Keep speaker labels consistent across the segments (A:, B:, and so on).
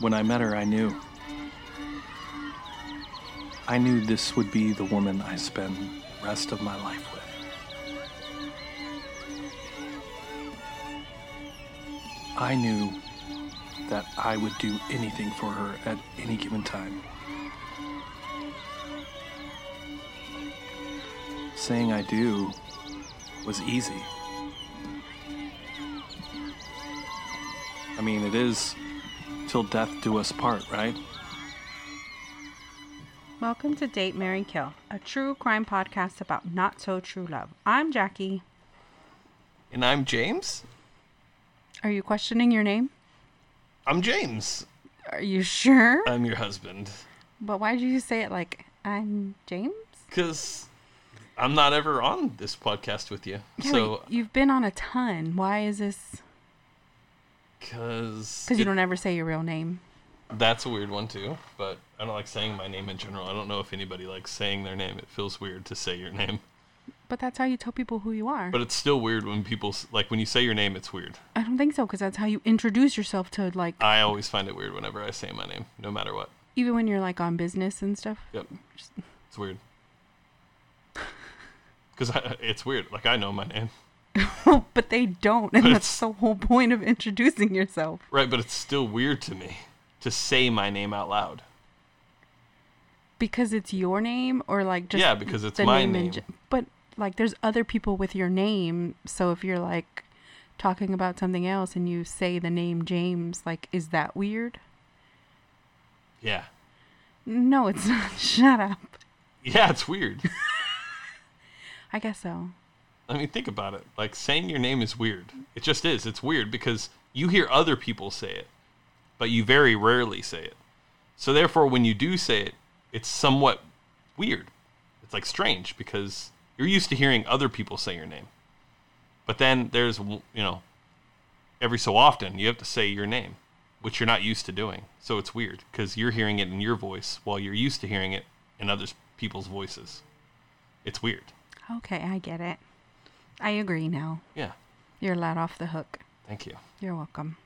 A: When I met her, I knew. I knew this would be the woman I spend the rest of my life with. I knew that I would do anything for her at any given time. Saying I do was easy. I mean, it is till death do us part, right?
B: Welcome to Date Mary Kill, a true crime podcast about not so true love. I'm Jackie.
C: And I'm James.
B: Are you questioning your name?
C: I'm James.
B: Are you sure?
C: I'm your husband.
B: But why did you say it like I'm James?
C: Because I'm not ever on this podcast with you.
B: Yeah,
C: so,
B: but you've been on a ton. Why is this?
C: because
B: Because you don't ever say your real name.
C: that's a weird one too. But I don't like saying my name in general. I don't know if anybody likes saying their name. It feels weird to say your name.
B: But that's how you tell people who you are.
C: But it's still weird when people s- like when you say your name. It's weird.
B: I don't think so, because that's how you introduce yourself to like
C: I always find it weird whenever I say my name, no matter what.
B: even when you're like on business and stuff.
C: Yep. It's weird. Because it's weird. Like I know my name,
B: but they don't, and that's the whole point of introducing yourself.
C: right? But it's still weird to me to say my name out loud.
B: because it's your name or like just
C: Yeah, because it's
B: the
C: my
B: in
C: name.
B: ge- but like there's other people with your name so if you're like talking about something else and you say the name james like is that weird
C: Yeah.
B: no it's not shut up
C: Yeah, it's weird.
B: i guess so
C: I mean, think about it. Like saying your name is weird. It just is. It's weird because you hear other people say it, but you very rarely say it. So therefore, when you do say it, it's somewhat weird. It's like strange because you're used to hearing other people say your name. But then there's, you know, every so often you have to say your name, which you're not used to doing. So it's weird because you're hearing it in your voice while you're used to hearing it in other people's voices. It's weird.
B: okay i get it i agree now
C: Yeah.
B: you're let off the hook
C: Thank you.
B: you're welcome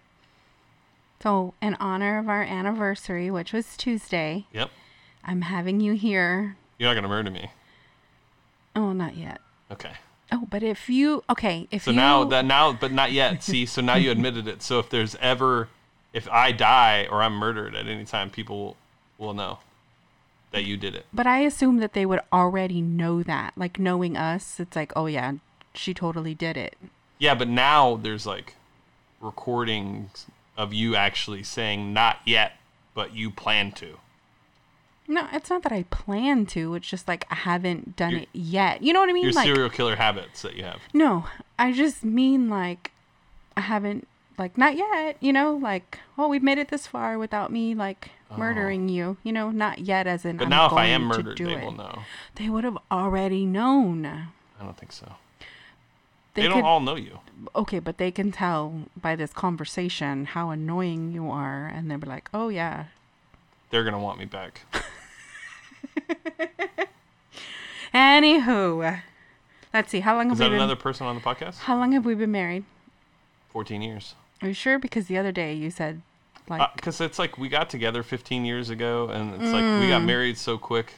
B: so in honor of our anniversary which was tuesday
C: Yep.
B: i'm having you here
C: You're not gonna murder me.
B: oh not yet
C: Okay.
B: oh but if you okay if
C: So
B: you
C: now that now, but not yet. See, so now you admitted it. So if there's ever, if I die or I'm murdered at any time, people will know that you did it.
B: But I assume that they would already know that. Like knowing us, it's like, oh yeah, she totally did it.
C: Yeah, but now there's like recordings of you actually saying not yet, but you plan to.
B: No, it's not that I plan to. It's just like I haven't done
C: Your-
B: it yet. You know what I mean?
C: Your
B: like
C: serial killer habits that you have.
B: no, I just mean like I haven't like not yet. You know, like oh we've made it this far without me like murdering you. You know, not yet as in.
C: Oh. But
B: I'm
C: now if I
B: going
C: am
B: to
C: murdered,
B: do
C: they
B: it.
C: will know.
B: They would have already known.
C: I don't think so.
B: They,
C: They, don't
B: could,
C: all know you.
B: okay, but they can tell by this conversation how annoying you are, and they'll be like, oh yeah,
C: They're gonna want me back.
B: Anywho, let's see. How long have
C: Is
B: we
C: that
B: been?
C: another person on the podcast?
B: How long have we been married?
C: Fourteen years.
B: Are you sure? Because the other day you said, like,
C: because Uh, it's like we got together 15 years ago and it's like we
B: Mm.
C: got married so quick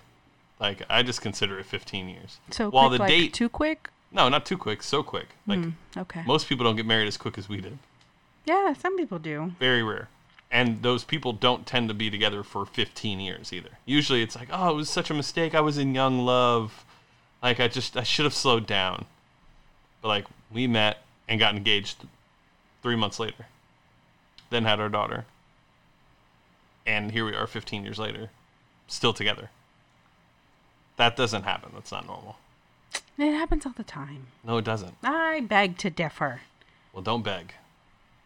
C: like i just consider it 15 years
B: so
C: while
B: quick,
C: the
B: like, Mm.
C: date
B: too quick.
C: no not too quick so quick like
B: Okay.
C: most people don't get married as quick as we did
B: yeah, some people do.
C: very rare and those people don't tend to be together for 15 years either usually it's like oh it was such a mistake i was in young love like i just i should have slowed down but like we met and got engaged three months later then had our daughter and here we are 15 years later still together that doesn't happen that's not normal
B: It happens all the time.
C: no it doesn't
B: I beg to differ.
C: well don't beg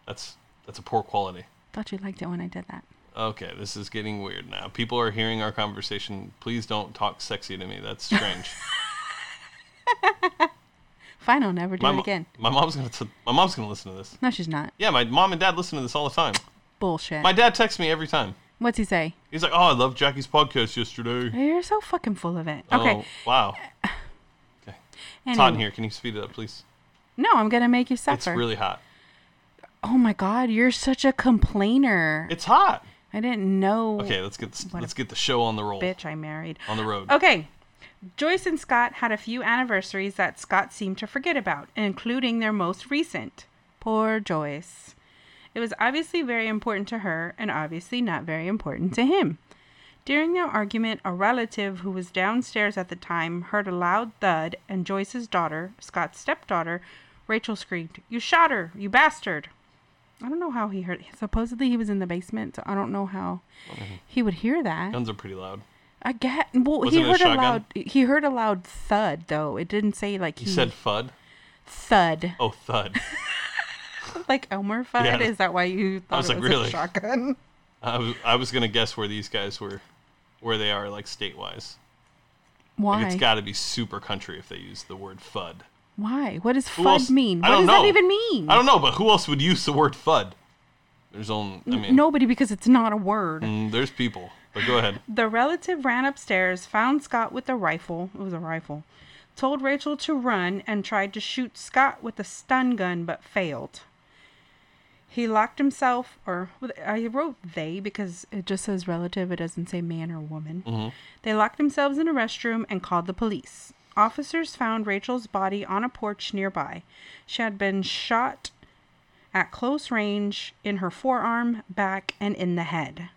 C: that's that's a poor quality
B: Thought you liked it when I did that.
C: Okay, this is getting weird now. People are hearing our conversation. Please don't talk sexy to me. That's strange.
B: Fine, I'll never do
C: my,
B: it
C: mo-
B: again.
C: my mom's gonna t- my mom's gonna listen to this.
B: No, she's not.
C: Yeah, my mom and dad listen to this all the time.
B: Bullshit.
C: My dad texts me every time.
B: What's he say?
C: He's like, "Oh, I love Jackie's podcast yesterday."
B: You're so fucking full of it. Okay.
C: Oh, wow. Okay. It's hot in here. Can you speed it up, please?
B: No, I'm gonna make you suffer.
C: It's really hot.
B: oh my god, you're such a complainer.
C: It's hot.
B: I didn't know
C: Okay, let's get
B: What a
C: let's get the show on the roll.
B: bitch I married.
C: On the road.
B: Okay. Joyce and Scott had a few anniversaries that Scott seemed to forget about, including their most recent. Poor Joyce. It was obviously very important to her and obviously not very important to him. During their argument, a relative who was downstairs at the time heard a loud thud, and Joyce's daughter, Scott's stepdaughter, Rachel screamed, You shot her, you bastard. I don't know how he heard. Supposedly he was in the basement, so I don't know how he would hear that.
C: Guns are pretty loud.
B: I get. Well,
C: Was
B: he
C: it a
B: heard a,
C: shotgun?
B: loud. He heard a loud thud, though. It didn't say like he,
C: You said "fud."
B: thud,
C: Oh, thud.
B: like Elmer Fudd.
C: Yeah.
B: Is that why you thought
C: was
B: it
C: like,
B: was
C: really?
B: a shotgun?
C: I was, I was gonna guess where these guys were, where they are like state wise.
B: Why?
C: It's got to be super country if they use the word "fud."
B: why? What does
C: Who
B: fud
C: else-
B: mean? What
C: I
B: does
C: don't
B: that
C: know.
B: even mean?
C: I don't know, but who else would use the word "fud"? There's only I mean,
B: Nobody, because it's not a word.
C: mm, there's people, but go ahead.
B: The relative ran upstairs, found Scott with a rifle. It was a rifle. Told Rachel to run and tried to shoot Scott with a stun gun but failed. He locked himself, or I wrote they because it just says relative, it doesn't say man or woman. They locked themselves in a restroom and called the police. Officers found Rachel's body on a porch nearby. She had been shot at close range in her forearm, back, and in the head.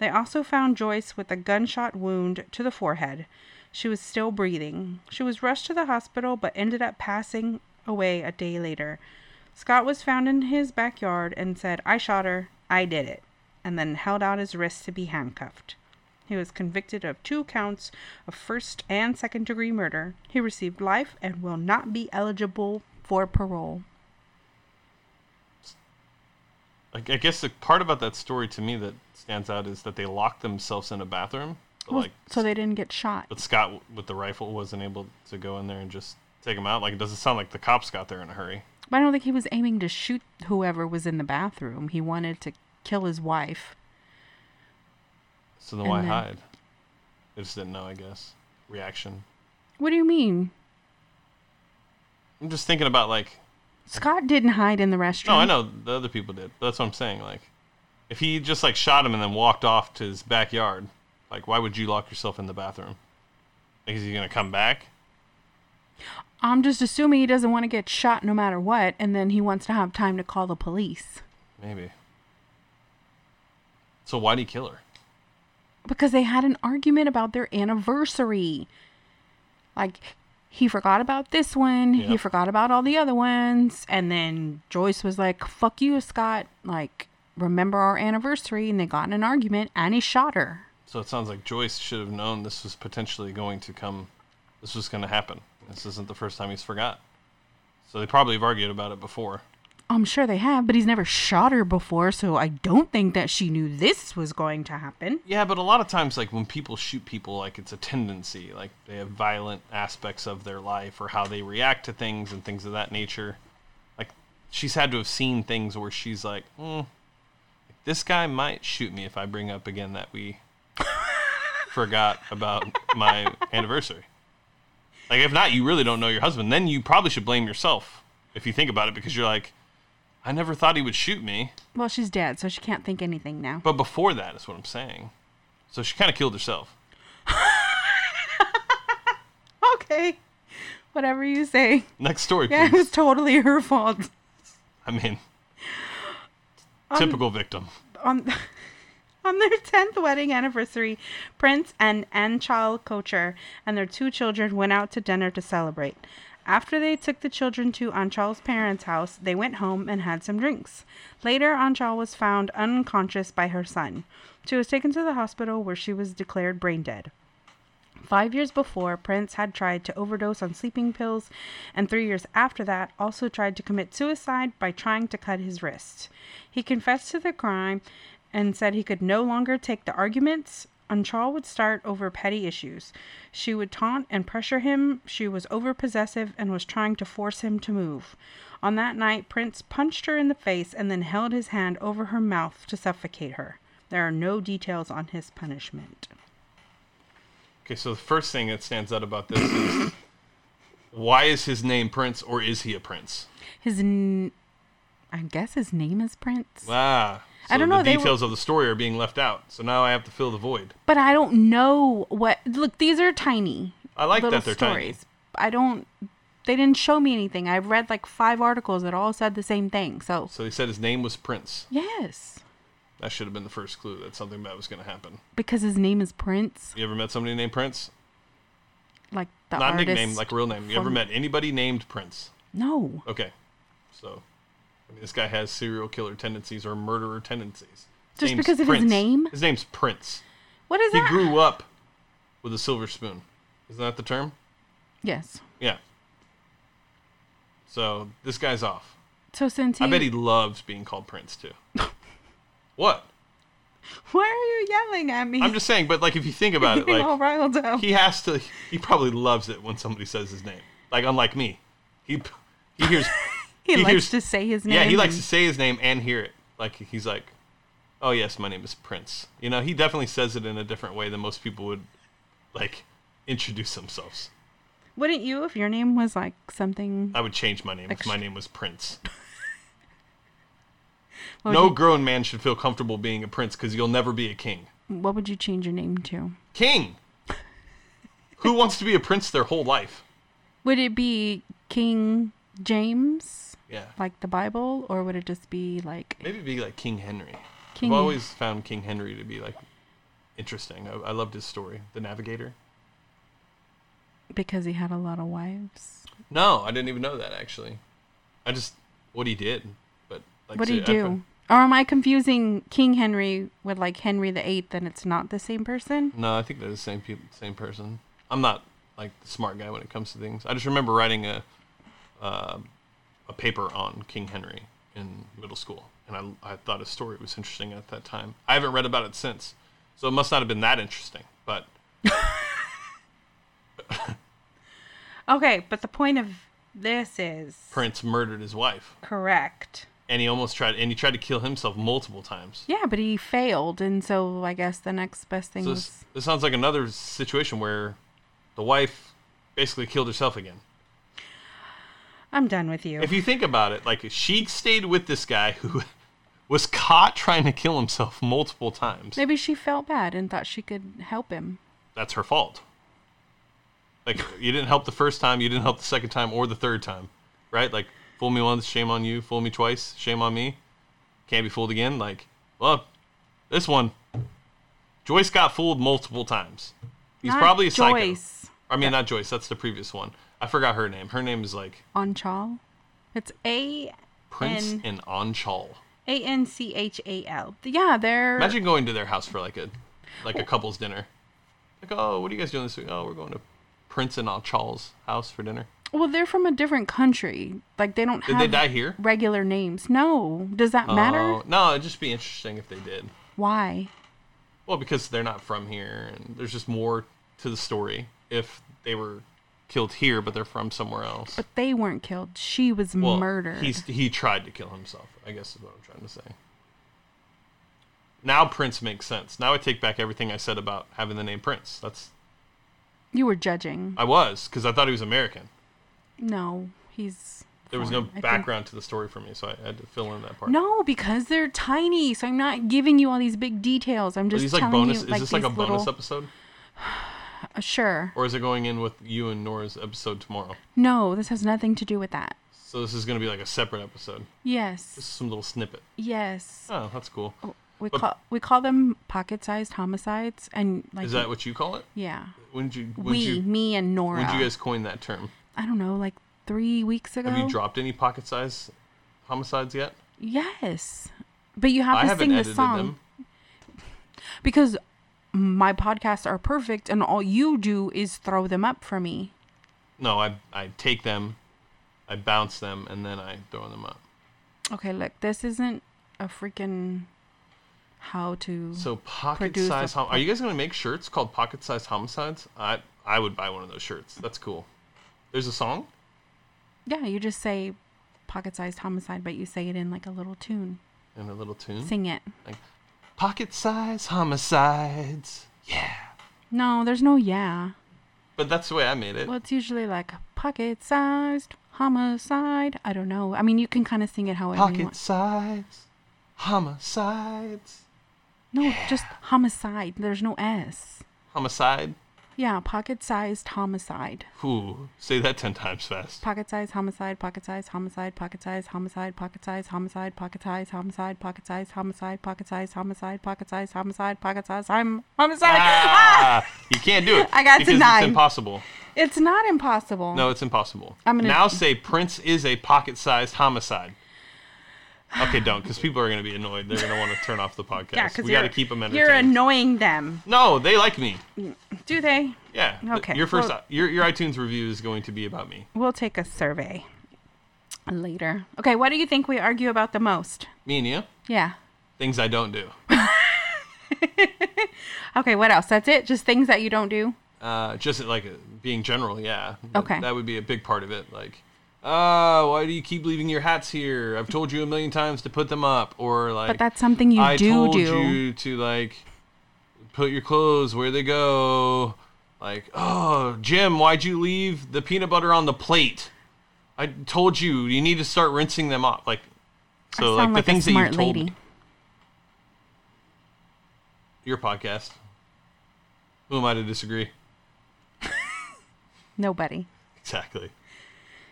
B: They also found Joyce with a gunshot wound to the forehead. She was still breathing. She was rushed to the hospital but ended up passing away a day later. Scott was found in his backyard and said, I shot her, I did it, and then held out his wrist to be handcuffed. He was convicted of two counts of first and second degree murder. He received life and will not be eligible for parole.
C: I, I guess the part about that story to me that stands out is that they locked themselves in a bathroom. But
B: Well,
C: like,
B: so they didn't get shot.
C: but Scott w- with the rifle wasn't able to go in there and just take him out. Like, it doesn't sound like the cops got there in a hurry.
B: But I don't think he was aiming to shoot whoever was in the bathroom. He wanted to kill his wife.
C: So then
B: And
C: why
B: then-
C: hide? They just didn't know, I guess. Reaction.
B: What do you mean?
C: I'm just thinking about like
B: Scott didn't hide in the restroom.
C: no, I know the other people did. But that's what I'm saying. Like, if he just like shot him and then walked off to his backyard, like why would you lock yourself in the bathroom? Like, is he gonna come back?
B: I'm just assuming he doesn't want to get shot no matter what, and then he wants to have time to call the police
C: Maybe. So why'd he kill her?
B: because they had an argument about their anniversary. Like, he forgot about this one,
C: Yeah.
B: he forgot about all the other ones, and then Joyce was like, fuck you, Scott. Like, remember our anniversary, and they got in an argument, and he shot her.
C: So it sounds like Joyce should have known this was potentially going to come. This was going to happen. This isn't the first time he's forgot. So they probably have argued about it before.
B: I'm sure they have, but he's never shot her before, so I don't think that she knew this was going to happen.
C: Yeah, but a lot of times, like when people shoot people, like it's a tendency. Like they have violent aspects of their life or how they react to things and things of that nature. Like she's had to have seen things where she's like, hmm, this guy might shoot me if I bring up again that we forgot about my anniversary. Like if not, you really don't know your husband. Then you probably should blame yourself if you think about it because you're like, I never thought he would shoot me.
B: Well, she's dead, so she can't think anything now.
C: But before that is what I'm saying. So she kind of killed herself.
B: Okay. Whatever you say.
C: Next story,
B: Yeah, it
C: please.
B: was totally her fault.
C: I mean,
B: Um,
C: typical victim.
B: on on their 10th wedding anniversary, Prince and Anchal Kocher and their two children went out to dinner to celebrate. After they took the children to Anchal's parents' house, they went home and had some drinks. Later, Anchal was found unconscious by her son. She was taken to the hospital where she was declared brain dead. Five years before, Prince had tried to overdose on sleeping pills, and three years after that, also tried to commit suicide by trying to cut his wrist. He confessed to the crime and said he could no longer take the arguments. Anchal would start over petty issues. She would taunt and pressure him. She was overpossessive and was trying to force him to move. On that night, Prince punched her in the face and then held his hand over her mouth to suffocate her. There are no details on his punishment.
C: Okay, so the first thing that stands out about this is why is his name Prince or is he a prince?
B: His n- I guess his name is Prince.
C: Wow. Ah, So
B: I don't know,
C: The
B: they were-
C: details of the story are being left out. So now I have to fill the void.
B: But I don't know what. Look, these are tiny.
C: I like that they're tiny.
B: I don't. They didn't show me anything. I've read like five articles that all said the same thing. So
C: So he said his name was Prince.
B: yes,
C: That should have been the first clue that something bad was going to happen.
B: because his name is Prince,
C: You ever met somebody named Prince?
B: like the
C: Not
B: artist.
C: nickname, like real name. You ever
B: from-
C: met anybody named Prince?
B: no,
C: Okay. So I mean, this guy has serial killer tendencies or murderer tendencies.
B: Just because of his
C: Prince.
B: name?
C: His name's Prince.
B: what is
C: He
B: that?
C: grew up with a silver spoon. Isn't that the term?
B: yes.
C: Yeah. So this guy's off.
B: So since he,
C: I bet he loves being called Prince too. what?
B: why are you yelling at me?
C: I'm just saying, but like if you think about it,
B: Getting all
C: like
B: riled up.
C: he has to he probably loves it when somebody says his name. Like unlike me. He he hears
B: He
C: he
B: likes
C: hears-
B: to say his name.
C: Yeah, he likes to
B: and-
C: say his name and hear it. Like he's like, "Oh yes, my name is Prince." You know, he definitely says it in a different way than most people would, like, introduce themselves.
B: Wouldn't you if your name was like something?
C: I would change my name if my
B: Extra-
C: name was Prince.
B: What would
C: no
B: you-
C: grown man should feel comfortable being a prince because you'll never be a king.
B: what would you change your name to?
C: King. Who wants to be a prince their whole life?
B: Would it be King James,
C: Yeah,
B: like the Bible, or would it just be like
C: maybe be like King Henry.
B: King?
C: I've always found King Henry to be like interesting. I, I loved his story, The Navigator.
B: Because he had a lot of wives.
C: No, I didn't even know that actually. I just what he did, but like
B: what do you
C: so- I
B: do? Or am I confusing King Henry with like Henry the Eighth? Then it's not the same person.
C: put- no, I think they're the same people, same person. I'm not like the smart guy when it comes to things. I just remember writing a uh, a paper on King Henry in middle school, and I I thought his story was interesting at that time. I haven't read about it since, so it must not have been that interesting. But
B: Okay, but the point of this is
C: Prince murdered his wife,
B: correct.
C: and he almost tried, and he tried to kill himself multiple times.
B: Yeah, but he failed, and so I guess the next best thing
C: So
B: was
C: this, this sounds like another situation where the wife basically killed herself again.
B: I'm done with you.
C: If you think about it, like she stayed with this guy who was caught trying to kill himself multiple times.
B: Maybe she felt bad and thought she could help him.
C: That's her fault. Like you didn't help the first time, you didn't help the second time or the third time, right? Like fool me once, shame on you. Fool me twice, shame on me. Can't be fooled again. Like, well, this one, Joyce got fooled multiple times. He's
B: Not
C: probably a psycho.
B: Joyce
C: I mean, not Joyce. That's the previous one. I forgot her name. Her name is like
B: Onchal. It's A
C: Prince
B: N-
C: and Anchal.
B: A N C H A L. Yeah, they're
C: Imagine going to their house for like a like a couple's dinner. Like, oh, what are you guys doing this week? Oh, we're going to Prince and Anchal's house for dinner.
B: well, they're from a different country. Like they don't
C: Did
B: have
C: they die here?
B: regular names. No, does that matter?
C: Oh, no, it'd just be interesting if they did.
B: Why?
C: Well, because they're not from here, and there's just more to the story if they were killed here, but they're from somewhere else.
B: But they weren't killed. She was
C: Well,
B: murdered.
C: He's he tried to kill himself. I guess is what I'm trying to say. Now Prince makes sense. Now I take back everything I said about having the name Prince. That's
B: You were judging.
C: I was because I thought he was American.
B: No, he's.
C: There was no
B: foreign, I think.
C: background to the story for me, so I had to fill in that part.
B: No, because they're tiny, so I'm not giving you all these big details. I'm
C: Are
B: just
C: these like
B: telling
C: bonus?
B: you.
C: is this like a
B: these
C: bonus
B: little-
C: episode,
B: Uh, sure.
C: or is it going in with you and Nora's episode tomorrow?
B: No, this has nothing to do with that.
C: So this is going to be like a separate episode. This
B: Yes.
C: is some little snippet.
B: Yes.
C: Oh, that's cool.
B: We
C: but-
B: call we call them pocket-sized homicides, and like
C: Is that what you call it?
B: yeah.
C: When did you? When
B: we,
C: did you?
B: me, and Nora.
C: When did you guys coin that term?
B: I don't know, like three weeks ago.
C: Have you dropped any pocket size homicides yet?
B: yes, but you have
C: I
B: to
C: haven't
B: sing the
C: edited
B: song
C: them.
B: because my podcasts are perfect, and all you do is throw them up for me.
C: No, I I take them, I bounce them, and then I throw them up.
B: Okay, look, this isn't a freaking how to.
C: So pocket
B: Produce a
C: size. Hom-
B: po-
C: are you guys gonna make shirts called pocket size homicides? I I would buy one of those shirts. That's cool. There's a song.
B: yeah, you just say pocket-sized homicide, but you say it in like a little tune.
C: and a little tune.
B: Sing it.
C: Like pocket size homicides. Yeah.
B: No, there's no yeah.
C: But that's the way I made it.
B: Well, it's usually like pocket-sized Homicide. I don't know. I mean, you can kind of sing it however you
C: Pocket
B: want.
C: sides, homicides,
B: No, just homicide. There's no S.
C: homicide.
B: Yeah, pocket sized homicide.
C: Ooh, say that ten times fast.
B: Pocket sized homicide, pocket sized homicide, pocket sized homicide, pocket sized homicide, pocket sized homicide, pocket sized homicide, pocket sized homicide, pocket sized homicide, pocket sized hom- homicide.
C: Ah, you can't do it.
B: I got to
C: because
B: nine.
C: It's impossible.
B: It's not impossible.
C: No, it's impossible.
B: I'm gonna-
C: now say Prince is a pocket-sized homicide. Okay, don't, because people are going to be annoyed. They're going to want to turn off the podcast.
B: Yeah, because
C: we got to keep them entertained.
B: You're annoying them.
C: no, they like me.
B: Do they?
C: Yeah. th-
B: Okay,
C: Your first,
B: well-
C: your your iTunes review is going to be about me.
B: We'll take a survey later. Okay, what do you think we argue about the most?
C: Me and you.
B: Yeah.
C: Things I don't do.
B: Okay, what else? That's it? Just things that you don't do?
C: Uh, just like uh, being general, yeah. Th-
B: Okay.
C: That would be a big part of it. Like, uh, why do you keep leaving your hats here? I've told you a million times to put them up, or like.
B: But that's something you
C: I
B: do
C: told
B: do.
C: you to like put your clothes where they go. Like, oh, Jim, why'd you leave the peanut butter on the plate? I told you you need to start rinsing them off. Like,
B: I
C: so like,
B: sound
C: the
B: a
C: things that you
B: smart
C: told
B: lady.
C: me. your podcast. Who am I to disagree?
B: Nobody.
C: Exactly.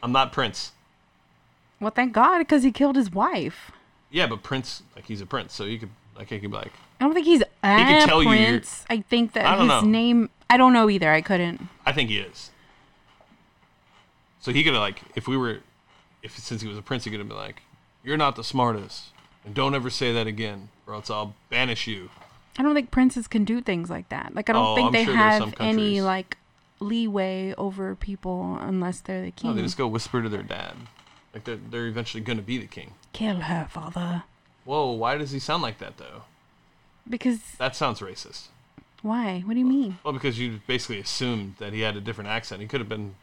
C: I'm not Prince.
B: Well, thank God, because he killed his wife.
C: Yeah, but Prince, like he's a prince, so you could like he could be like,
B: I don't think he's a
C: could tell you you're-
B: prince. I think that
C: I
B: his
C: don't know.
B: name. I don't know either. I couldn't.
C: I think he is. So he could have like, if we were, if since he was a prince, he could have been like, "You're not the smartest, and don't ever say that again, or else I'll banish you."
B: I don't think princes can do things like that. Like I don't
C: Oh,
B: think
C: I'm
B: they
C: sure there's some
B: have any
C: countries.
B: like leeway over people unless they're the king.
C: No, Oh, they just go whisper to their dad, like they're they're eventually gonna be the king.
B: Kill her, father.
C: Whoa, why does he sound like that though?
B: Because
C: That sounds racist.
B: why? What do you mean?
C: Well, because you basically assumed that he had a different accent. He could have been,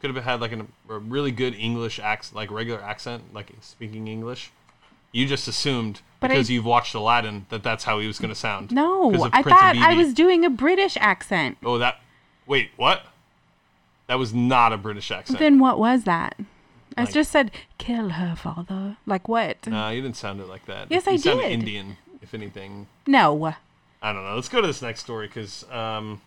C: could have had like an, a really good English accent, like regular accent, like speaking English. You just assumed
B: But
C: because
B: I-
C: you've watched Aladdin that that's how he was going to sound. 'Cause
B: No,
C: of
B: I
C: Prince of
B: thought I
C: BB.
B: was doing a British accent.
C: Oh, that. Wait, what? That was not a British accent.
B: Then what was that? I
C: Like-
B: just said, "Kill her, father." Like what?
C: no, you didn't sound it like that.
B: Yes,
C: you
B: I
C: sounded
B: did.
C: Indian, if anything.
B: No.
C: I don't know. Let's go to this next story because um,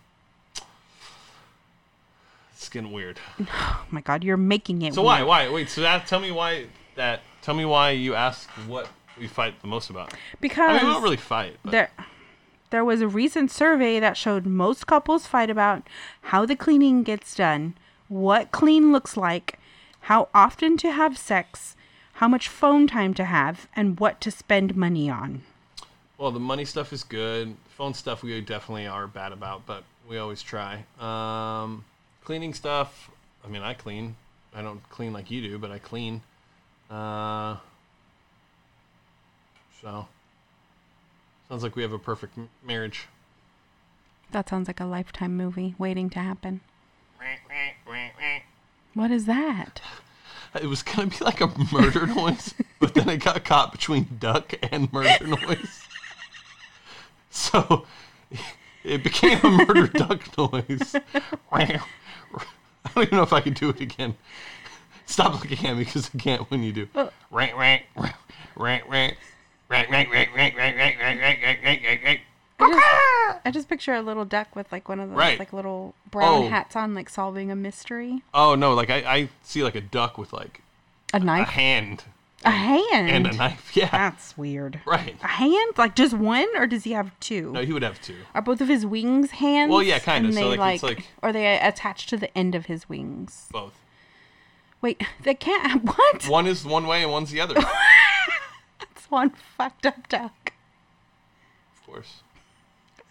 C: it's getting weird.
B: Oh my God, you're making it.
C: So why? Why? Wait. So that tell me why that tell me why you ask what we fight the most about.
B: Because
C: I mean, we don't really fight. But
B: there there was a recent survey that showed most couples fight about how the cleaning gets done, what clean looks like, how often to have sex, how much phone time to have, and what to spend money on.
C: well, the money stuff is good. Phone stuff we definitely are bad about, but we always try. Um, cleaning stuff. I mean, I clean. I don't clean like you do, but I clean. Uh, so sounds like we have a perfect m- marriage.
B: That sounds like a lifetime movie waiting to happen. What is that?
C: It was gonna be like a murder noise, but then it got caught between duck and murder noise. So it became a murder duck noise. I don't even know if I can do it again. Stop looking at me because I can't when you do. Rank, rank, rank, rank, rank, rank, rank, rank, rank, rank, rank, rank, rank, rank, rank, rank, rank.
B: I just, I just picture a little duck with like one of those
C: Right.
B: like little brown
C: Oh.
B: hats on, like solving a mystery.
C: Oh no! Like I, I see like a duck with like
B: A
C: a
B: knife,
C: hand
B: a hand. Ah.
C: and a knife. Yeah,
B: That's weird.
C: right.
B: A hand? Like just one, or does he have two?
C: No, he would have two.
B: Are both of his wings hands?
C: Well, yeah, kinda.
B: And
C: So,
B: they,
C: like, it's like-
B: are they attached to the end of his wings?
C: Both.
B: Wait, they can't. have- What?
C: One is one way and one's the other. Of
B: That's one fucked up duck.
C: course.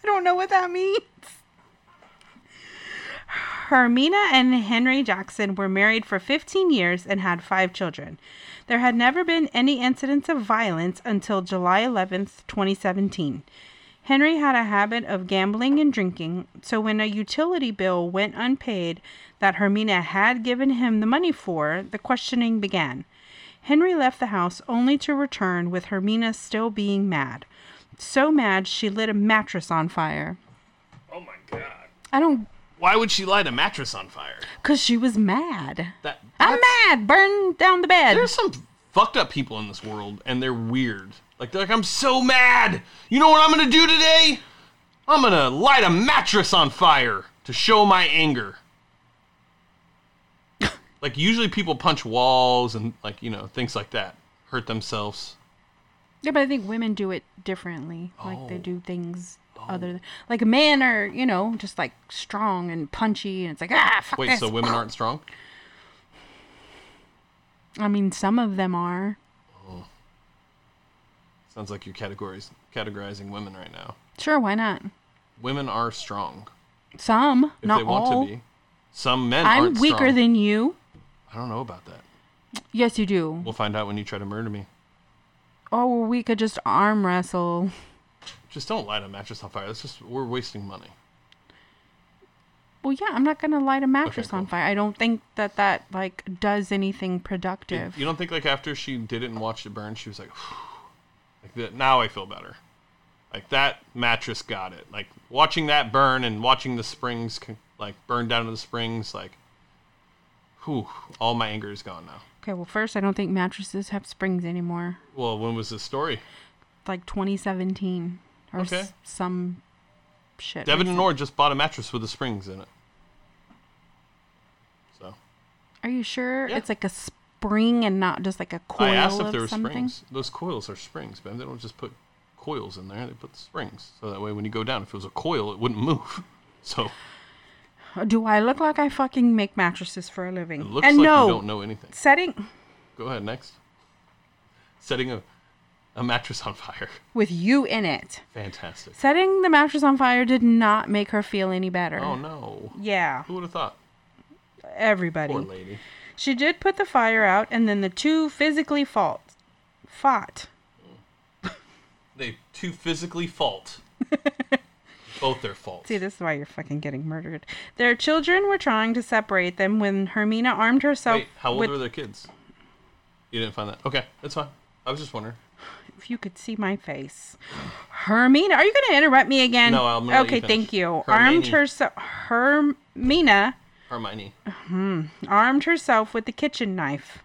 B: I don't know what that means. Hermina and Henry Jackson were married for 15 years and had five children. There had never been any incidents of violence until July 11th, 2017. Henry had a habit of gambling and drinking, so when a utility bill went unpaid that Hermina had given him the money for, the questioning began. Henry left the house only to return with Hermina still being mad. So mad she lit a mattress on fire.
C: Oh my god.
B: I don't
C: Why would she light a mattress on fire?
B: Because she was mad.
C: That
B: I'm
C: that's-
B: mad. Burn down the bed.
C: There's some fucked up people in this world, and they're weird. Like they're like, I'm so mad. You know what I'm gonna do today? I'm gonna light a mattress on fire to show my anger. like usually people punch walls and like you know things like that, hurt themselves.
B: Yeah, but I think women do it differently. Like they
C: Oh.
B: do things other than like men are, you know, just like strong and punchy, and it's like ah, fuck
C: Wait,
B: this.
C: so women aren't strong?
B: I mean, some of them are.
C: Sounds like you're categories categorizing women right now.
B: Sure, why not?
C: Women are strong
B: Some,
C: if
B: not
C: they want
B: all.
C: to be. Some men
B: I'm
C: aren't
B: weaker
C: strong.
B: than you.
C: I don't know about that.
B: Yes, you do.
C: We'll find out when you try to murder me.
B: Or we could just arm wrestle.
C: Just don't light a mattress on fire. That's just we're wasting money.
B: Well, yeah, I'm not gonna light a mattress on
C: cool.
B: fire. I don't think that that like does anything productive.
C: You don't think like after she did it and watched it burn, she was like, like that. Now I feel better. Like that mattress got it. Like watching that burn and watching the springs con- like burn down to the springs. Like, whew, all my anger is gone now.
B: Okay, well, first, I don't think mattresses have springs anymore.
C: Well, when was this story?
B: Like 2017 or
C: Okay.
B: s- some shit.
C: Devin and
B: recent.
C: Nora just bought a mattress with the springs in it. So
B: Are you sure
C: Yeah.
B: it's like a spring and not just like a coil
C: I asked if
B: of
C: there were
B: something?
C: springs. Those coils are springs, man. They don't just put coils in there. They put springs. So that way, when you go down, if it was a coil, it wouldn't move. So
B: Do I look like I fucking make mattresses for a living?
C: it looks
B: and
C: like
B: no,
C: you don't know anything.
B: setting
C: Go ahead, next. Setting a, a mattress on fire.
B: with you in it.
C: Fantastic.
B: Setting the mattress on fire did not make her feel any better.
C: Oh, no.
B: Yeah,
C: Who would have thought?
B: everybody.
C: Poor lady.
B: She did put the fire out, and then the two physically fought. Fought.
C: They two physically fault. Both their faults.
B: See, this is why you're fucking getting murdered. Their children were trying to separate them when Hermina armed herself.
C: Wait, how old
B: with,
C: were their kids? You didn't find that. Okay, that's fine. I was just wondering.
B: If you could see my face. Hermina, are you going to interrupt me again?
C: No, I'm gonna let you
B: Okay,
C: finish.
B: thank you. Armed
C: Hermione.
B: herself. Hermina
C: Hermione.
B: Uh. armed herself with the kitchen knife.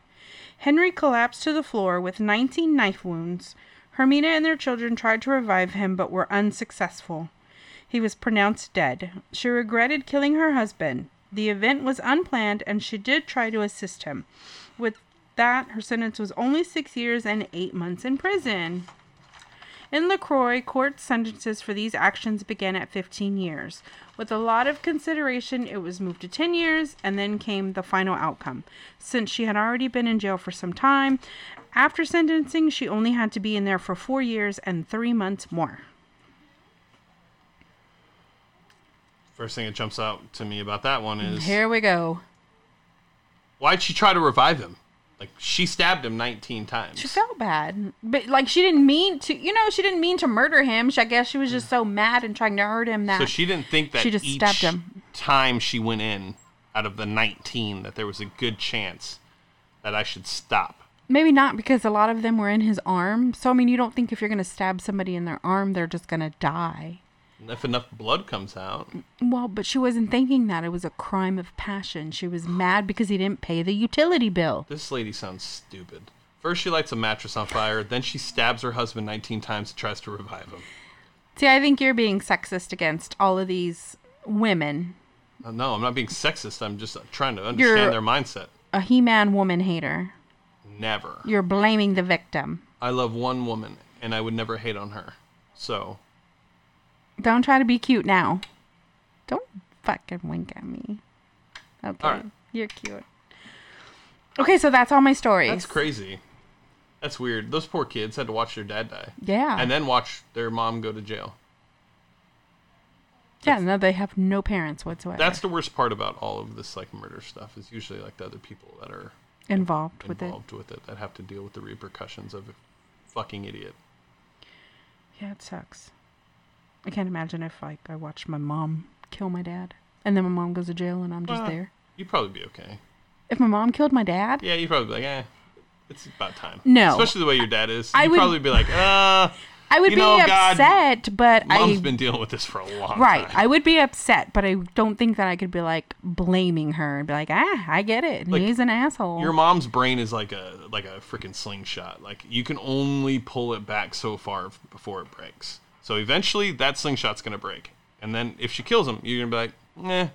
B: Henry collapsed to the floor with 19 knife wounds. Hermina and their children tried to revive him but were unsuccessful. He was pronounced dead. She regretted killing her husband. The event was unplanned and she did try to assist him. With that, her sentence was only six years and eight months in prison. In LaCroix, court sentences for these actions began at 15 years. With a lot of consideration, it was moved to 10 years, and then came the final outcome. Since she had already been in jail for some time, after sentencing, she only had to be in there for four years and three months more.
C: First thing that jumps out to me about that one is
B: Here we go.
C: why'd she try to revive him? Like she stabbed him 19 times.
B: She felt bad, but like she didn't mean to, you know, she didn't mean to murder him. She, I guess she was just so mad and trying to hurt him that
C: so she didn't think that
B: She just
C: each
B: stabbed him.
C: time she went in out of the 19 that there was a good chance that I should stop.
B: Maybe not because a lot of them were in his arm. So I mean, you don't think if you're going to stab somebody in their arm, they're just going to die.
C: And if enough blood comes out,
B: Well, but she wasn't thinking that it was a crime of passion. She was mad because he didn't pay the utility bill.
C: this lady sounds stupid. First she lights a mattress on fire, then she stabs her husband 19 times and tries to revive him.
B: See, I think you're being sexist against all of these women.
C: Uh, No, I'm not being sexist. I'm just trying to understand
B: You're-
C: their mindset.
B: A He-Man woman hater.
C: Never.
B: You're blaming the victim.
C: I love one woman and I would never hate on her. So,
B: Don't try to be cute now. Don't fucking wink at me. Okay.
C: Alright.
B: You're cute. Okay, so that's all my stories.
C: That's crazy. That's weird. Those poor kids had to watch their dad die.
B: Yeah.
C: And then watch their mom go to jail.
B: yeah, no, they have no parents whatsoever
C: That's the worst part about all of this like murder stuff is usually like the other people that are
B: involved with it.
C: involved with it that have to deal with the repercussions of a fucking idiot.
B: Yeah, it sucks. I can't imagine if like I watched my mom kill my dad and then my mom goes to jail and I'm just
C: Well,
B: there.
C: You'd probably be okay.
B: If my mom killed my dad,
C: Yeah, you'd probably be like, eh, it's about time.
B: No.
C: Especially the way your dad is. You'd
B: I would-
C: probably be like, uh,
B: I would
C: You
B: be
C: know, God,
B: upset, but
C: Mom's
B: I
C: been dealing with this for a long
B: right.
C: time.
B: I would be upset, but I don't think that I could be like blaming her and be like, ah, I get it.
C: Like,
B: He's an asshole.
C: Your mom's brain is like a like a freaking slingshot. Like you can only pull it back so far f- before it breaks. So eventually, that slingshot's gonna break. And then if she kills him, you're gonna be like, "Nah."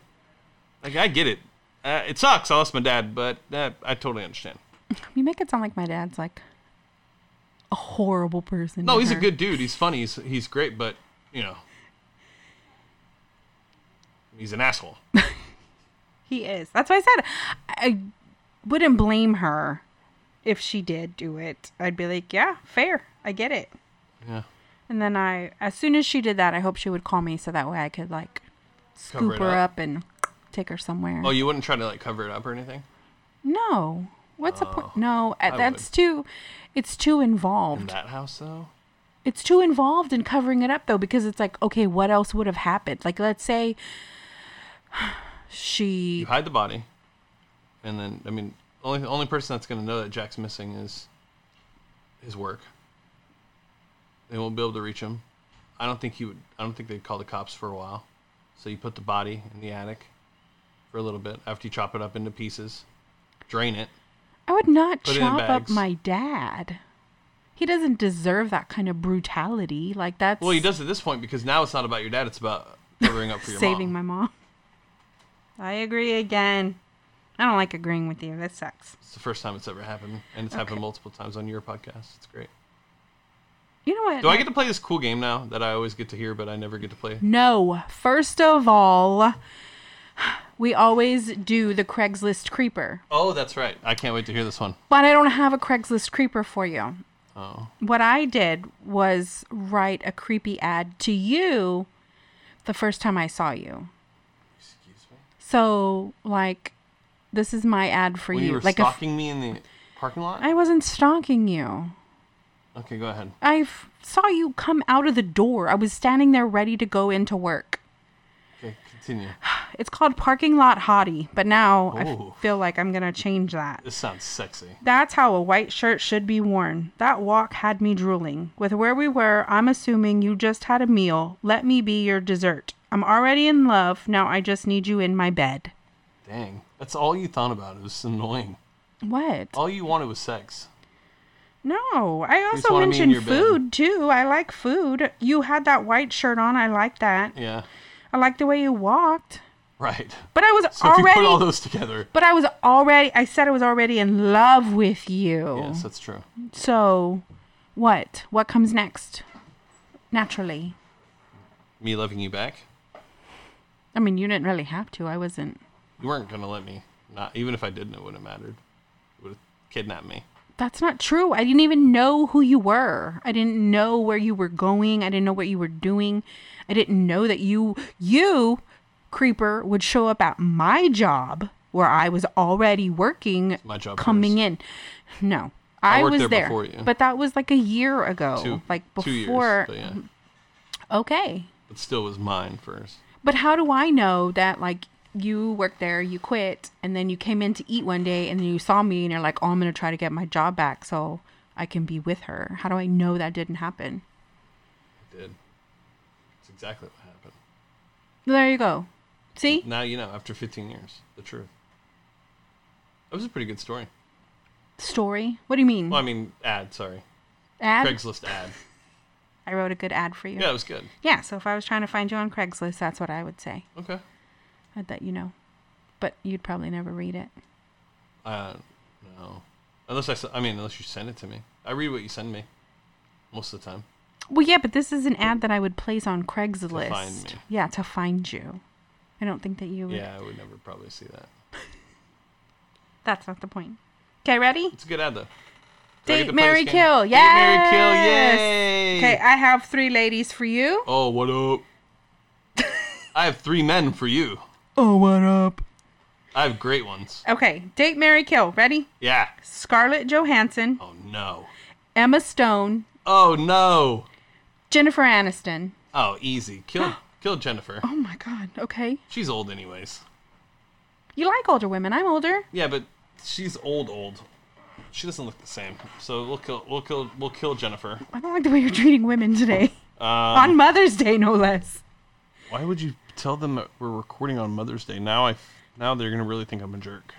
C: Like I get it. Uh, it sucks. I lost my dad, but uh, I totally understand.
B: you make it sound like my dad's like a horrible person.
C: No,
B: to
C: he's a
B: her.
C: good dude. He's funny. He's he's great, but you know, he's an asshole.
B: He is. That's why I said I wouldn't blame her if she did do it. I'd be like, yeah, fair. I get it.
C: Yeah.
B: And then I, as soon as she did that, I hope she would call me so that way I could like
C: Cover
B: scoop
C: it
B: her
C: up.
B: up. and take her somewhere.
C: Oh, you wouldn't try to like cover it up or anything.
B: no. What's the point? No, uh,
C: Oh, would.
B: that's too. It's too
C: In
B: involved.
C: that house, though.
B: It's too involved in covering it up though, because it's like, okay, what else would have happened? Like, let's say she
C: You hide the body, and then I mean, only only person that's going to know that Jack's missing is his work. They won't be able to reach him. I don't think he would. I don't think they'd call the cops for a while. So you put the body in the attic for a little bit after you chop it up into pieces, drain it.
B: I would not
C: Put it in
B: chop up
C: bags.
B: my dad. He doesn't deserve that kind of brutality. Like that's
C: Well, he does at this point because now it's not about your dad; it's about covering up for your
B: saving
C: mom.
B: my mom. I agree again. I don't like agreeing with you. That sucks.
C: It's the first time it's ever happened, and it's happened multiple times on your podcast. It's great.
B: You know what?
C: Do I get to play this cool game now that I always get to hear, but I never get to play?
B: No. First of all, we always do the Craigslist creeper.
C: Oh, that's right. I can't wait to hear this one.
B: But I don't have a Craigslist creeper for you.
C: Oh.
B: What I did was write a creepy ad to you the first time I saw you.
C: Excuse me.
B: So, like, this is my ad for
C: When
B: you.
C: you were
B: like, if
C: stalking me in the parking lot.
B: I wasn't stalking you.
C: Okay, go ahead.
B: I f- saw you come out of the door. I was standing there ready to go into work.
C: Okay, continue.
B: It's called Parking Lot Hottie, but now I
C: Ooh.
B: f- feel like I'm going to change that.
C: This sounds sexy.
B: That's how a white shirt should be worn. That walk had me drooling. With where we were, I'm assuming you just had a meal. Let me be your dessert. I'm already in love. Now I just need you in my bed.
C: Dang, that's all you thought about. It was annoying.
B: What?
C: All you wanted was sex.
B: No, I
C: just
B: also
C: wanna be in
B: mentioned
C: your bed.
B: food too. I like food. You had that white shirt on. I like that.
C: Yeah,
B: I like the way you walked.
C: right.
B: But I was
C: So if you
B: already.
C: put all those together,
B: but I was already. I said I was already in love with you.
C: yes, that's true.
B: So, what? What comes next? Naturally.
C: Me loving you back.
B: I mean, you didn't really have to. I wasn't.
C: You weren't gonna let me. Not even if I didn't, it wouldn't have mattered. You would have kidnapped me.
B: That's not true. I didn't even know who you were. I didn't know where you were going. I didn't know what you were doing. I didn't know that you, you, creeper, would show up at my job where I was already working.
C: my job
B: coming
C: first.
B: in. No,
C: I
B: I,
C: worked
B: was
C: there
B: there,
C: before you.
B: but that was like a year ago.
C: Two,
B: Oh, like before.
C: two years, but yeah,
B: Okay,
C: it still was mine first.
B: but how do I know that like? You worked there, you quit, and then you came in to eat one day, and then you saw me, and you're like, "Oh, I'm gonna try to get my job back so I can be with her." How do I know that didn't happen?
C: It did. It's exactly what happened.
B: There you go. See?
C: Now you know, after 15 years, the truth. That was a pretty good story.
B: Story. What do you mean?
C: Well, I mean, ad, sorry.
B: ad?
C: Craigslist ad.
B: I wrote a good ad for you.
C: Yeah, it was good.
B: Yeah, so if I was trying to find you on Craigslist, that's what I would say.
C: Okay.
B: I'd let you know. But you'd probably never read it.
C: Uh, no. Unless I, s- I mean, unless you send it to me. I read what you send me most of the time.
B: Well, yeah, but this is an ad that I would place on Craigslist.
C: me.
B: Yeah, to find you. I don't think that you would.
C: Yeah, I would never probably see that.
B: That's not the point. Okay, ready?
C: It's a good ad, though. Do I get
B: Date,
C: to play
B: Mary,
C: this game?
B: kill.
C: Date, Mary,
B: Yes.
C: kill. Yay.
B: Okay, I have three ladies for you.
C: Oh, what up? I have three men for you.
B: Oh, what up?
C: I have great ones.
B: Okay, date, Mary, kill. Ready?
C: Yeah.
B: Scarlett Johansson,
C: Oh, no.
B: Emma Stone,
C: Oh, no.
B: Jennifer Aniston.
C: Oh, easy. Kill, kill Jennifer.
B: Oh my god. Okay.
C: She's old, anyways.
B: You like older women. I'm older.
C: Yeah, but she's old, old. She doesn't look the same. So we'll kill we'll kill we'll kill Jennifer.
B: I don't like the way you're treating women today.
C: Um,
B: On Mother's Day, no less.
C: why would you tell them that we're recording on Mother's Day? Now I f- now they're gonna really think I'm a jerk.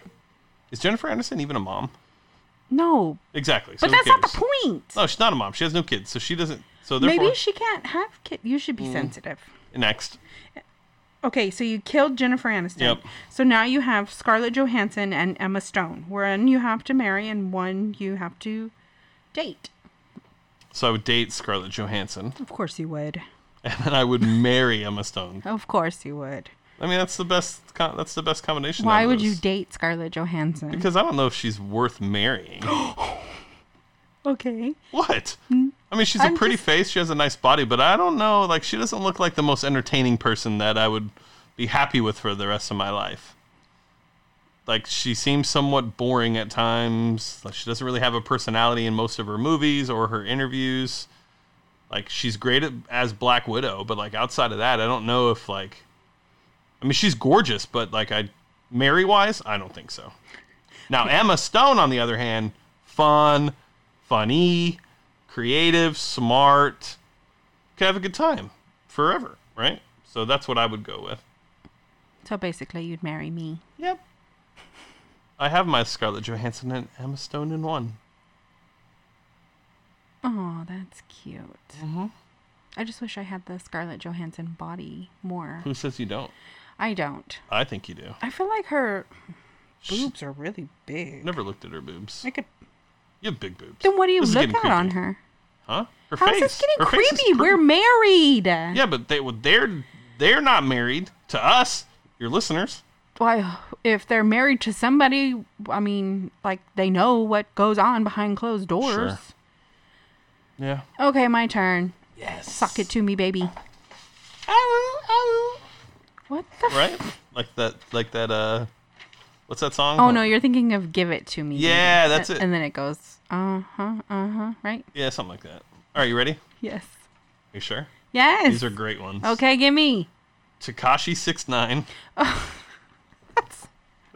C: Is Jennifer Anderson even a mom?
B: No,
C: Exactly. So
B: but
C: who
B: that's not the
C: cares?
B: point.
C: No, she's not a mom. She has no kids, so she doesn't. So therefore,
B: Maybe she can't have kids. You should be
C: Mm.
B: sensitive.
C: next.
B: Okay, so you killed Jennifer Aniston.
C: Yep.
B: So now you have Scarlett Johansson and Emma Stone. One you have to marry and one you have to date.
C: So I would date Scarlett Johansson,
B: Of course you would.
C: and then I would marry Emma Stone.
B: Of course you would.
C: I mean, that's the best. co- That's the best combination.
B: Why
C: out of
B: would you
C: those.
B: date Scarlett Johansson?
C: Because I don't know if she's worth marrying.
B: okay.
C: what? I mean, she's
B: Mm. I'm
C: a pretty
B: just-
C: face. She has a nice body, but I don't know. Like, she doesn't look like the most entertaining person that I would be happy with for the rest of my life. Like, she seems somewhat boring at times. Like, she doesn't really have a personality in most of her movies or her interviews. Like, she's great at, as Black Widow, but like outside of that, I don't know if like. I mean, she's gorgeous, but like, I marry wise, I don't think so. Now, Emma Stone, on the other hand, fun, funny, creative, smart, could have a good time forever, right? So that's what I would go with.
B: So basically, you'd marry me.
C: Yep. I have my Scarlett Johansson and Emma Stone in one.
B: Oh, that's cute.
C: Mm-hmm.
B: I just wish I had the Scarlett Johansson body more.
C: Who says you don't?
B: I don't.
C: I think you do.
B: I feel like her
C: She
B: boobs are really big.
C: never looked at her boobs.
B: I could
C: You have big boobs.
B: Then what do you
C: This is
B: look
C: getting
B: at on
C: creepy.
B: her?
C: Huh? Her
B: How's
C: face.
B: this getting
C: Her face is
B: creepy? We're
C: pretty.
B: married.
C: Yeah, but they well, they're they're not married to us, your listeners.
B: Why, if they're married to somebody, I mean, like they know what goes on behind closed doors.
C: Sure. Yeah.
B: Okay, my turn.
C: Yes.
B: Suck it to me, baby. What the? f-
C: right? Like that, like that. Uh, what's that song?
B: Oh no, you're thinking of "Give It to Me." Baby.
C: Yeah, that's
B: A-
C: it.
B: And then it goes, uh huh, uh huh, right?
C: Yeah, something like that. All right, you ready?
B: Yes.
C: You sure?
B: Yes.
C: These are great ones.
B: Okay, give me.
C: Takashi six nine,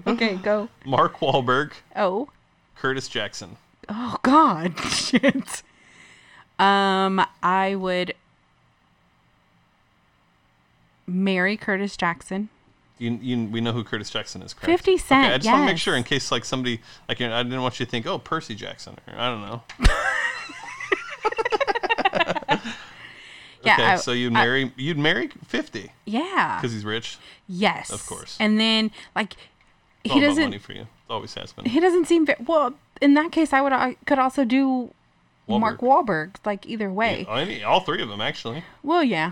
B: Okay, go.
C: Mark Wahlberg,
B: Oh.
C: Curtis Jackson.
B: Oh God, shit. Um, I would marry Curtis Jackson.
C: You, you, we know who Curtis Jackson is, correct?
B: 50 Cent,
C: Okay, I just want to make sure in
B: yes.
C: case like somebody like you know, I didn't want you to think, oh, Percy Jackson. Or, I don't know.
B: Uh, Yeah.
C: okay,
B: I-
C: so you'd marry you'd marry fifty
B: yeah.
C: because he's rich.
B: Yes.
C: Of course.
B: And then like
C: It's
B: he
C: all about money
B: doesn't
C: for you. It always has been.
B: he doesn't seem very well in that case I would I could also do Mark Wahlberg like either way.
C: Yeah, Oh, any- all three of them actually.
B: Well, yeah.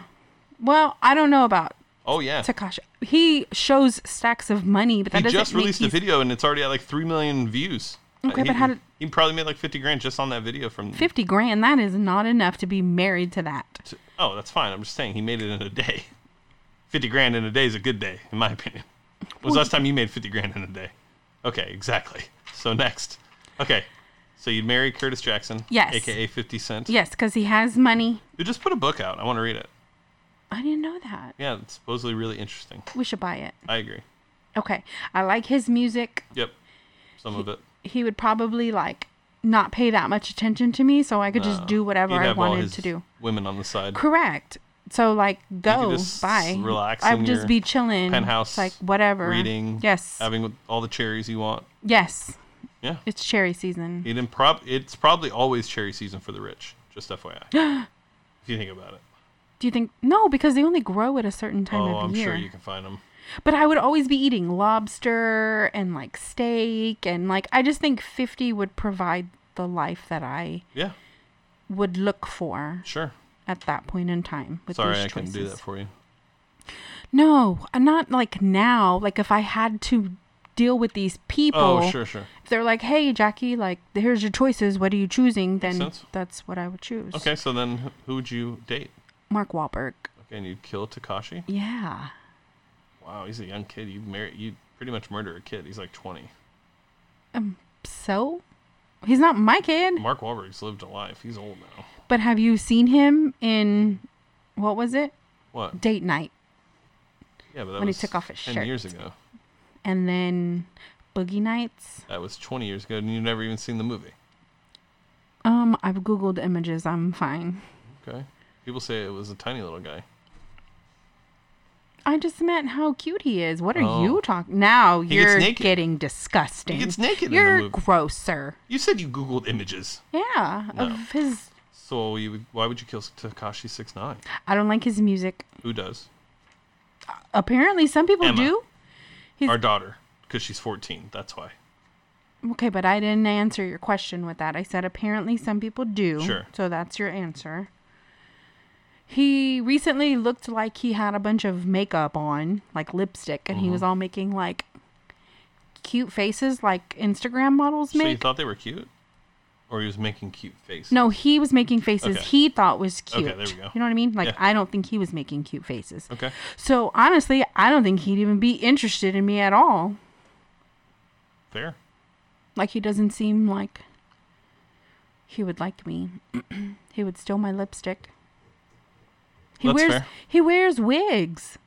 B: Well, I don't know about
C: Oh yeah.
B: Takashi. He shows stacks of money, but that
C: He
B: doesn't
C: just
B: make
C: released a
B: he's-
C: video and it's already at like three million views.
B: Okay,
C: Uh,
B: but
C: he,
B: how did-
C: he probably made like fifty grand just on that video from?
B: 50 grand that is not enough to be married to that.
C: to- oh, that's fine. I'm just saying he made it in a day. Fifty grand in a day is a good day, in my opinion. When was the last time you made fifty grand in a day? Okay, exactly. So next, okay, so you'd marry Curtis Jackson,
B: Yes.
C: aka Fifty Cent.
B: Yes, cuz he has money.
C: Who just put a book out. I want to read it.
B: I didn't know that.
C: Yeah, it's supposedly really interesting.
B: We should buy it.
C: I agree.
B: Okay. I like his music.
C: Yep, some of it.
B: He would probably like not pay that much attention to me, so I could just
C: Uh,
B: do whatever
C: he'd
B: I
C: have all
B: wanted
C: his
B: to do.
C: Women on the side.
B: Correct. So like go
C: just
B: bye.
C: relax
B: I
C: in
B: would just
C: your
B: be chilling.
C: penthouse,
B: Like whatever.
C: Reading.
B: Yes.
C: Having all the cherries you want.
B: yes.
C: Yeah.
B: It's cherry season.
C: It improb- it's probably always cherry season for the rich. Just FYI. if you think about it.
B: Do you think no, because they only grow at a certain time
C: oh,
B: of
C: I'm
B: year.
C: sure you can find them.
B: But I would always be eating lobster and like steak and like I just think fifty would provide the life that I
C: Yeah,
B: would look for
C: sure.
B: at that point in time with
C: Sorry,
B: these
C: I couldn't do
B: choices.
C: that for you.
B: No, I'm not like now. Like if I had to deal with these people,
C: Oh, sure, sure.
B: if they're like, "Hey, Jackie, like here's your choices. What are you choosing?" Then
C: sense.
B: that's what I would choose.
C: Okay, so then who- who would you date?
B: Mark Wahlberg.
C: Okay, and you'd kill Takashi?
B: Yeah.
C: Wow, he's a young kid. You marry, you pretty much murder a kid. He's like 20.
B: Um. So, he's not my kid.
C: Mark Wahlberg's lived a life. He's old now.
B: But have you seen him in what was it?
C: What?
B: Date night,
C: Yeah, but that
B: When he
C: was
B: took off his
C: 10
B: shirt.
C: years ago.
B: and then Boogie Nights.
C: That was 20 years ago, and you've never even seen the movie.
B: Um, I've Googled images. I'm fine.
C: Okay. People say it was a tiny little guy.
B: I just meant how cute he is. What are
C: Oh.
B: you talking? Now
C: gets
B: you're
C: naked.
B: getting disgusting.
C: He gets naked in the
B: You're
C: movie.
B: gross, sir.
C: You said you Googled images.
B: Yeah,
C: No.
B: of his.
C: So you would, why would you kill Takashi Six Nine?
B: I don't like his music.
C: Who does?
B: Apparently, some people
C: Emma.
B: do. He's-
C: Our daughter, because she's 14. That's why.
B: Okay, but I didn't answer your question with that. I said apparently some people do.
C: Sure.
B: So that's your answer. He recently looked like he had a bunch of makeup on, like lipstick, and he
C: Mm-hmm.
B: was all making like cute faces like Instagram models
C: So you
B: make.
C: thought they were cute, or he was making cute faces?
B: no, he was making faces
C: Okay.
B: he thought was cute.
C: there we go.
B: You know what I mean? Like
C: Yeah.
B: I don't think he was making cute faces.
C: Okay.
B: So honestly, I don't think he'd even be interested in me at all.
C: Fair.
B: Like he doesn't seem like he would like me. he would steal my lipstick. He
C: That's
B: wears
C: fair.
B: he wears wigs.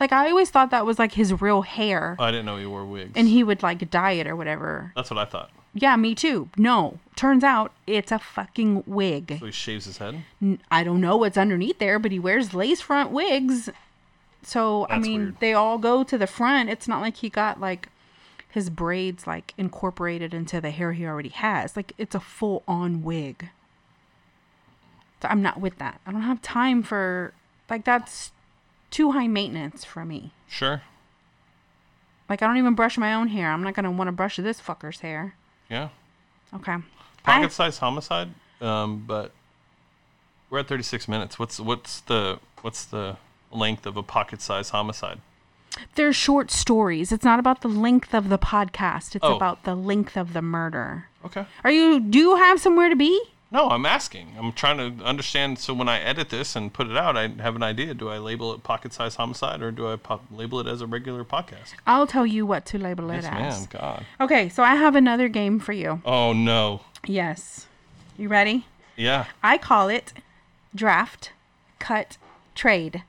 B: Like I always thought that was like his real hair
C: Oh, I didn't know he wore wigs.
B: and he would like dye it or whatever.
C: That's what I thought.
B: Yeah, me too. No, turns out it's a fucking wig.
C: So he shaves his head.
B: N- I don't know what's underneath there, but he wears lace front wigs. So I
C: That's
B: mean,
C: weird.
B: they all go to the front. It's not like he got like his braids like incorporated into the hair he already has. Like it's a full on wig. So I'm not with that. I don't have time for like that's too high maintenance for me.
C: Sure.
B: Like I don't even brush my own hair. I'm not gonna want to brush this fucker's hair.
C: Yeah.
B: Okay. I-
C: Pocket sized homicide. Um, but we're at 36 minutes. What's what's the what's the length of a pocket sized homicide?
B: They're short stories. It's not about the length of the podcast. It's
C: Oh.
B: about the length of the murder.
C: Okay.
B: Are you do you have somewhere to be?
C: No, I'm asking. I'm trying to understand. So when I edit this and put it out, I have an idea. Do I label it pocket sized homicide or do I pop- label it as a regular podcast?
B: I'll tell you what to label it
C: Yes,
B: as.
C: ma'am. God.
B: Okay, so I have another game for you.
C: Oh no.
B: Yes. You ready?
C: Yeah.
B: I call it draft, cut, trade.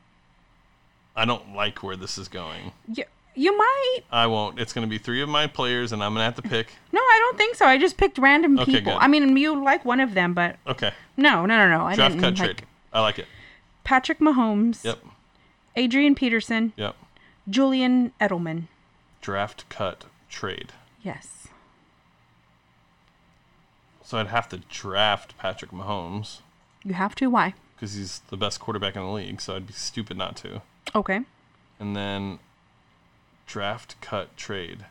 C: I don't like where this is going.
B: You, you might.
C: I won't. It's going to be three of my players, and I'm going to have to pick.
B: No, I don't think so. I just picked random
C: Okay,
B: people.
C: good.
B: I mean, you like one of them, but
C: Okay.
B: no, no, no, no. I
C: Draft
B: didn't
C: cut
B: like
C: trade. I like it.
B: Patrick Mahomes,
C: Yep.
B: Adrian Peterson,
C: Yep.
B: Julian Edelman.
C: Draft cut trade.
B: Yes.
C: So I'd have to draft Patrick Mahomes
B: You have to. Why?
C: because he's the best quarterback in the league. So I'd be stupid not to.
B: Okay.
C: And then draft cut trade.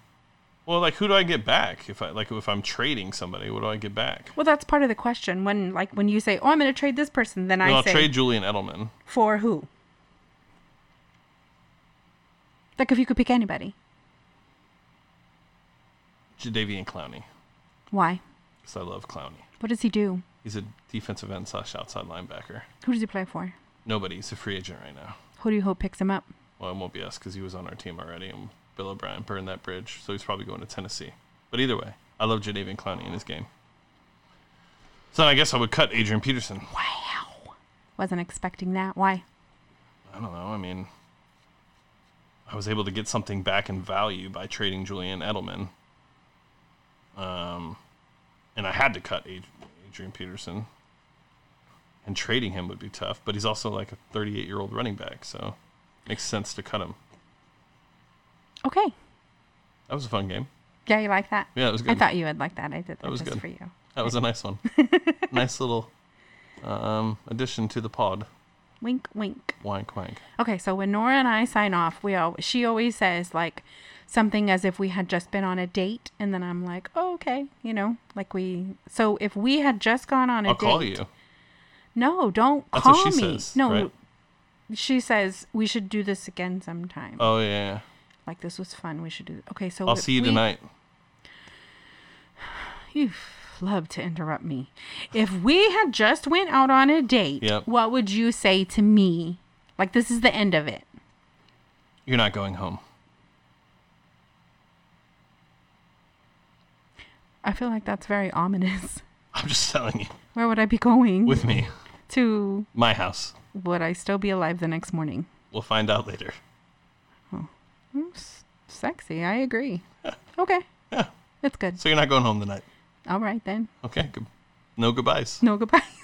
C: Well, like who do I get back if I like if I'm trading somebody? What do I get back?
B: Well, that's part of the question. When like when you say, "Oh, I'm going to trade this person," then
C: Well,
B: I
C: I'll
B: say,
C: trade Julian Edelman.
B: For who? Like if you could pick anybody.
C: Jadavian Clowney
B: Why?
C: because I love Clowney.
B: What does he do?
C: He's a defensive end slash outside linebacker.
B: Who does he play for?
C: Nobody. He's a free agent right now.
B: Who do you hope picks him up?
C: Well, it won't be us because he was on our team already, and Bill O'Brien burned that bridge, so he's probably going to Tennessee. But either way, I love Jadavian Clowney in his game. So I guess I would cut Adrian Peterson.
B: Wow. Wasn't expecting that. Why?
C: I don't know. I mean, I was able to get something back in value by trading Julian Edelman. Um, and I had to cut Ad- Adrian Peterson. And trading him would be tough, but he's also like a 38 year old running back, so makes sense to cut him.
B: Okay.
C: That was a fun game.
B: Yeah, you like that?
C: Yeah, it was good.
B: I thought you would like that. I did that,
C: was
B: just
C: good.
B: for you.
C: That was a nice one. nice little um, addition to the pod.
B: Wink, wink.
C: Wank wank.
B: Okay, so when Nora and I sign off, we all she always says like something as if we had just been on a date, and then I'm like, oh, okay, you know, like we. So if we had just gone on a
C: I'll
B: date,
C: call you.
B: No, don't
C: That's
B: call
C: what she
B: me.
C: says,
B: no,
C: right?
B: she says we should do this again sometime.
C: Oh yeah, yeah.
B: Like this was fun. We should do. Okay, so
C: I'll
B: if
C: see you
B: we-
C: tonight.
B: You f- love to interrupt me. If we had just went out on a date,
C: Yep.
B: what would you say to me? Like this is the end of it.
C: You're not going home.
B: I feel like that's very ominous.
C: I'm just telling you.
B: Where would I be going?
C: With me,
B: to
C: my house.
B: would I still be alive the next morning?
C: We'll find out later.
B: Mm, s- Sexy, I agree. Okay.
C: Yeah.
B: It's good.
C: So you're not going home tonight.
B: All right then.
C: Okay. Good. No goodbyes.
B: No goodbye.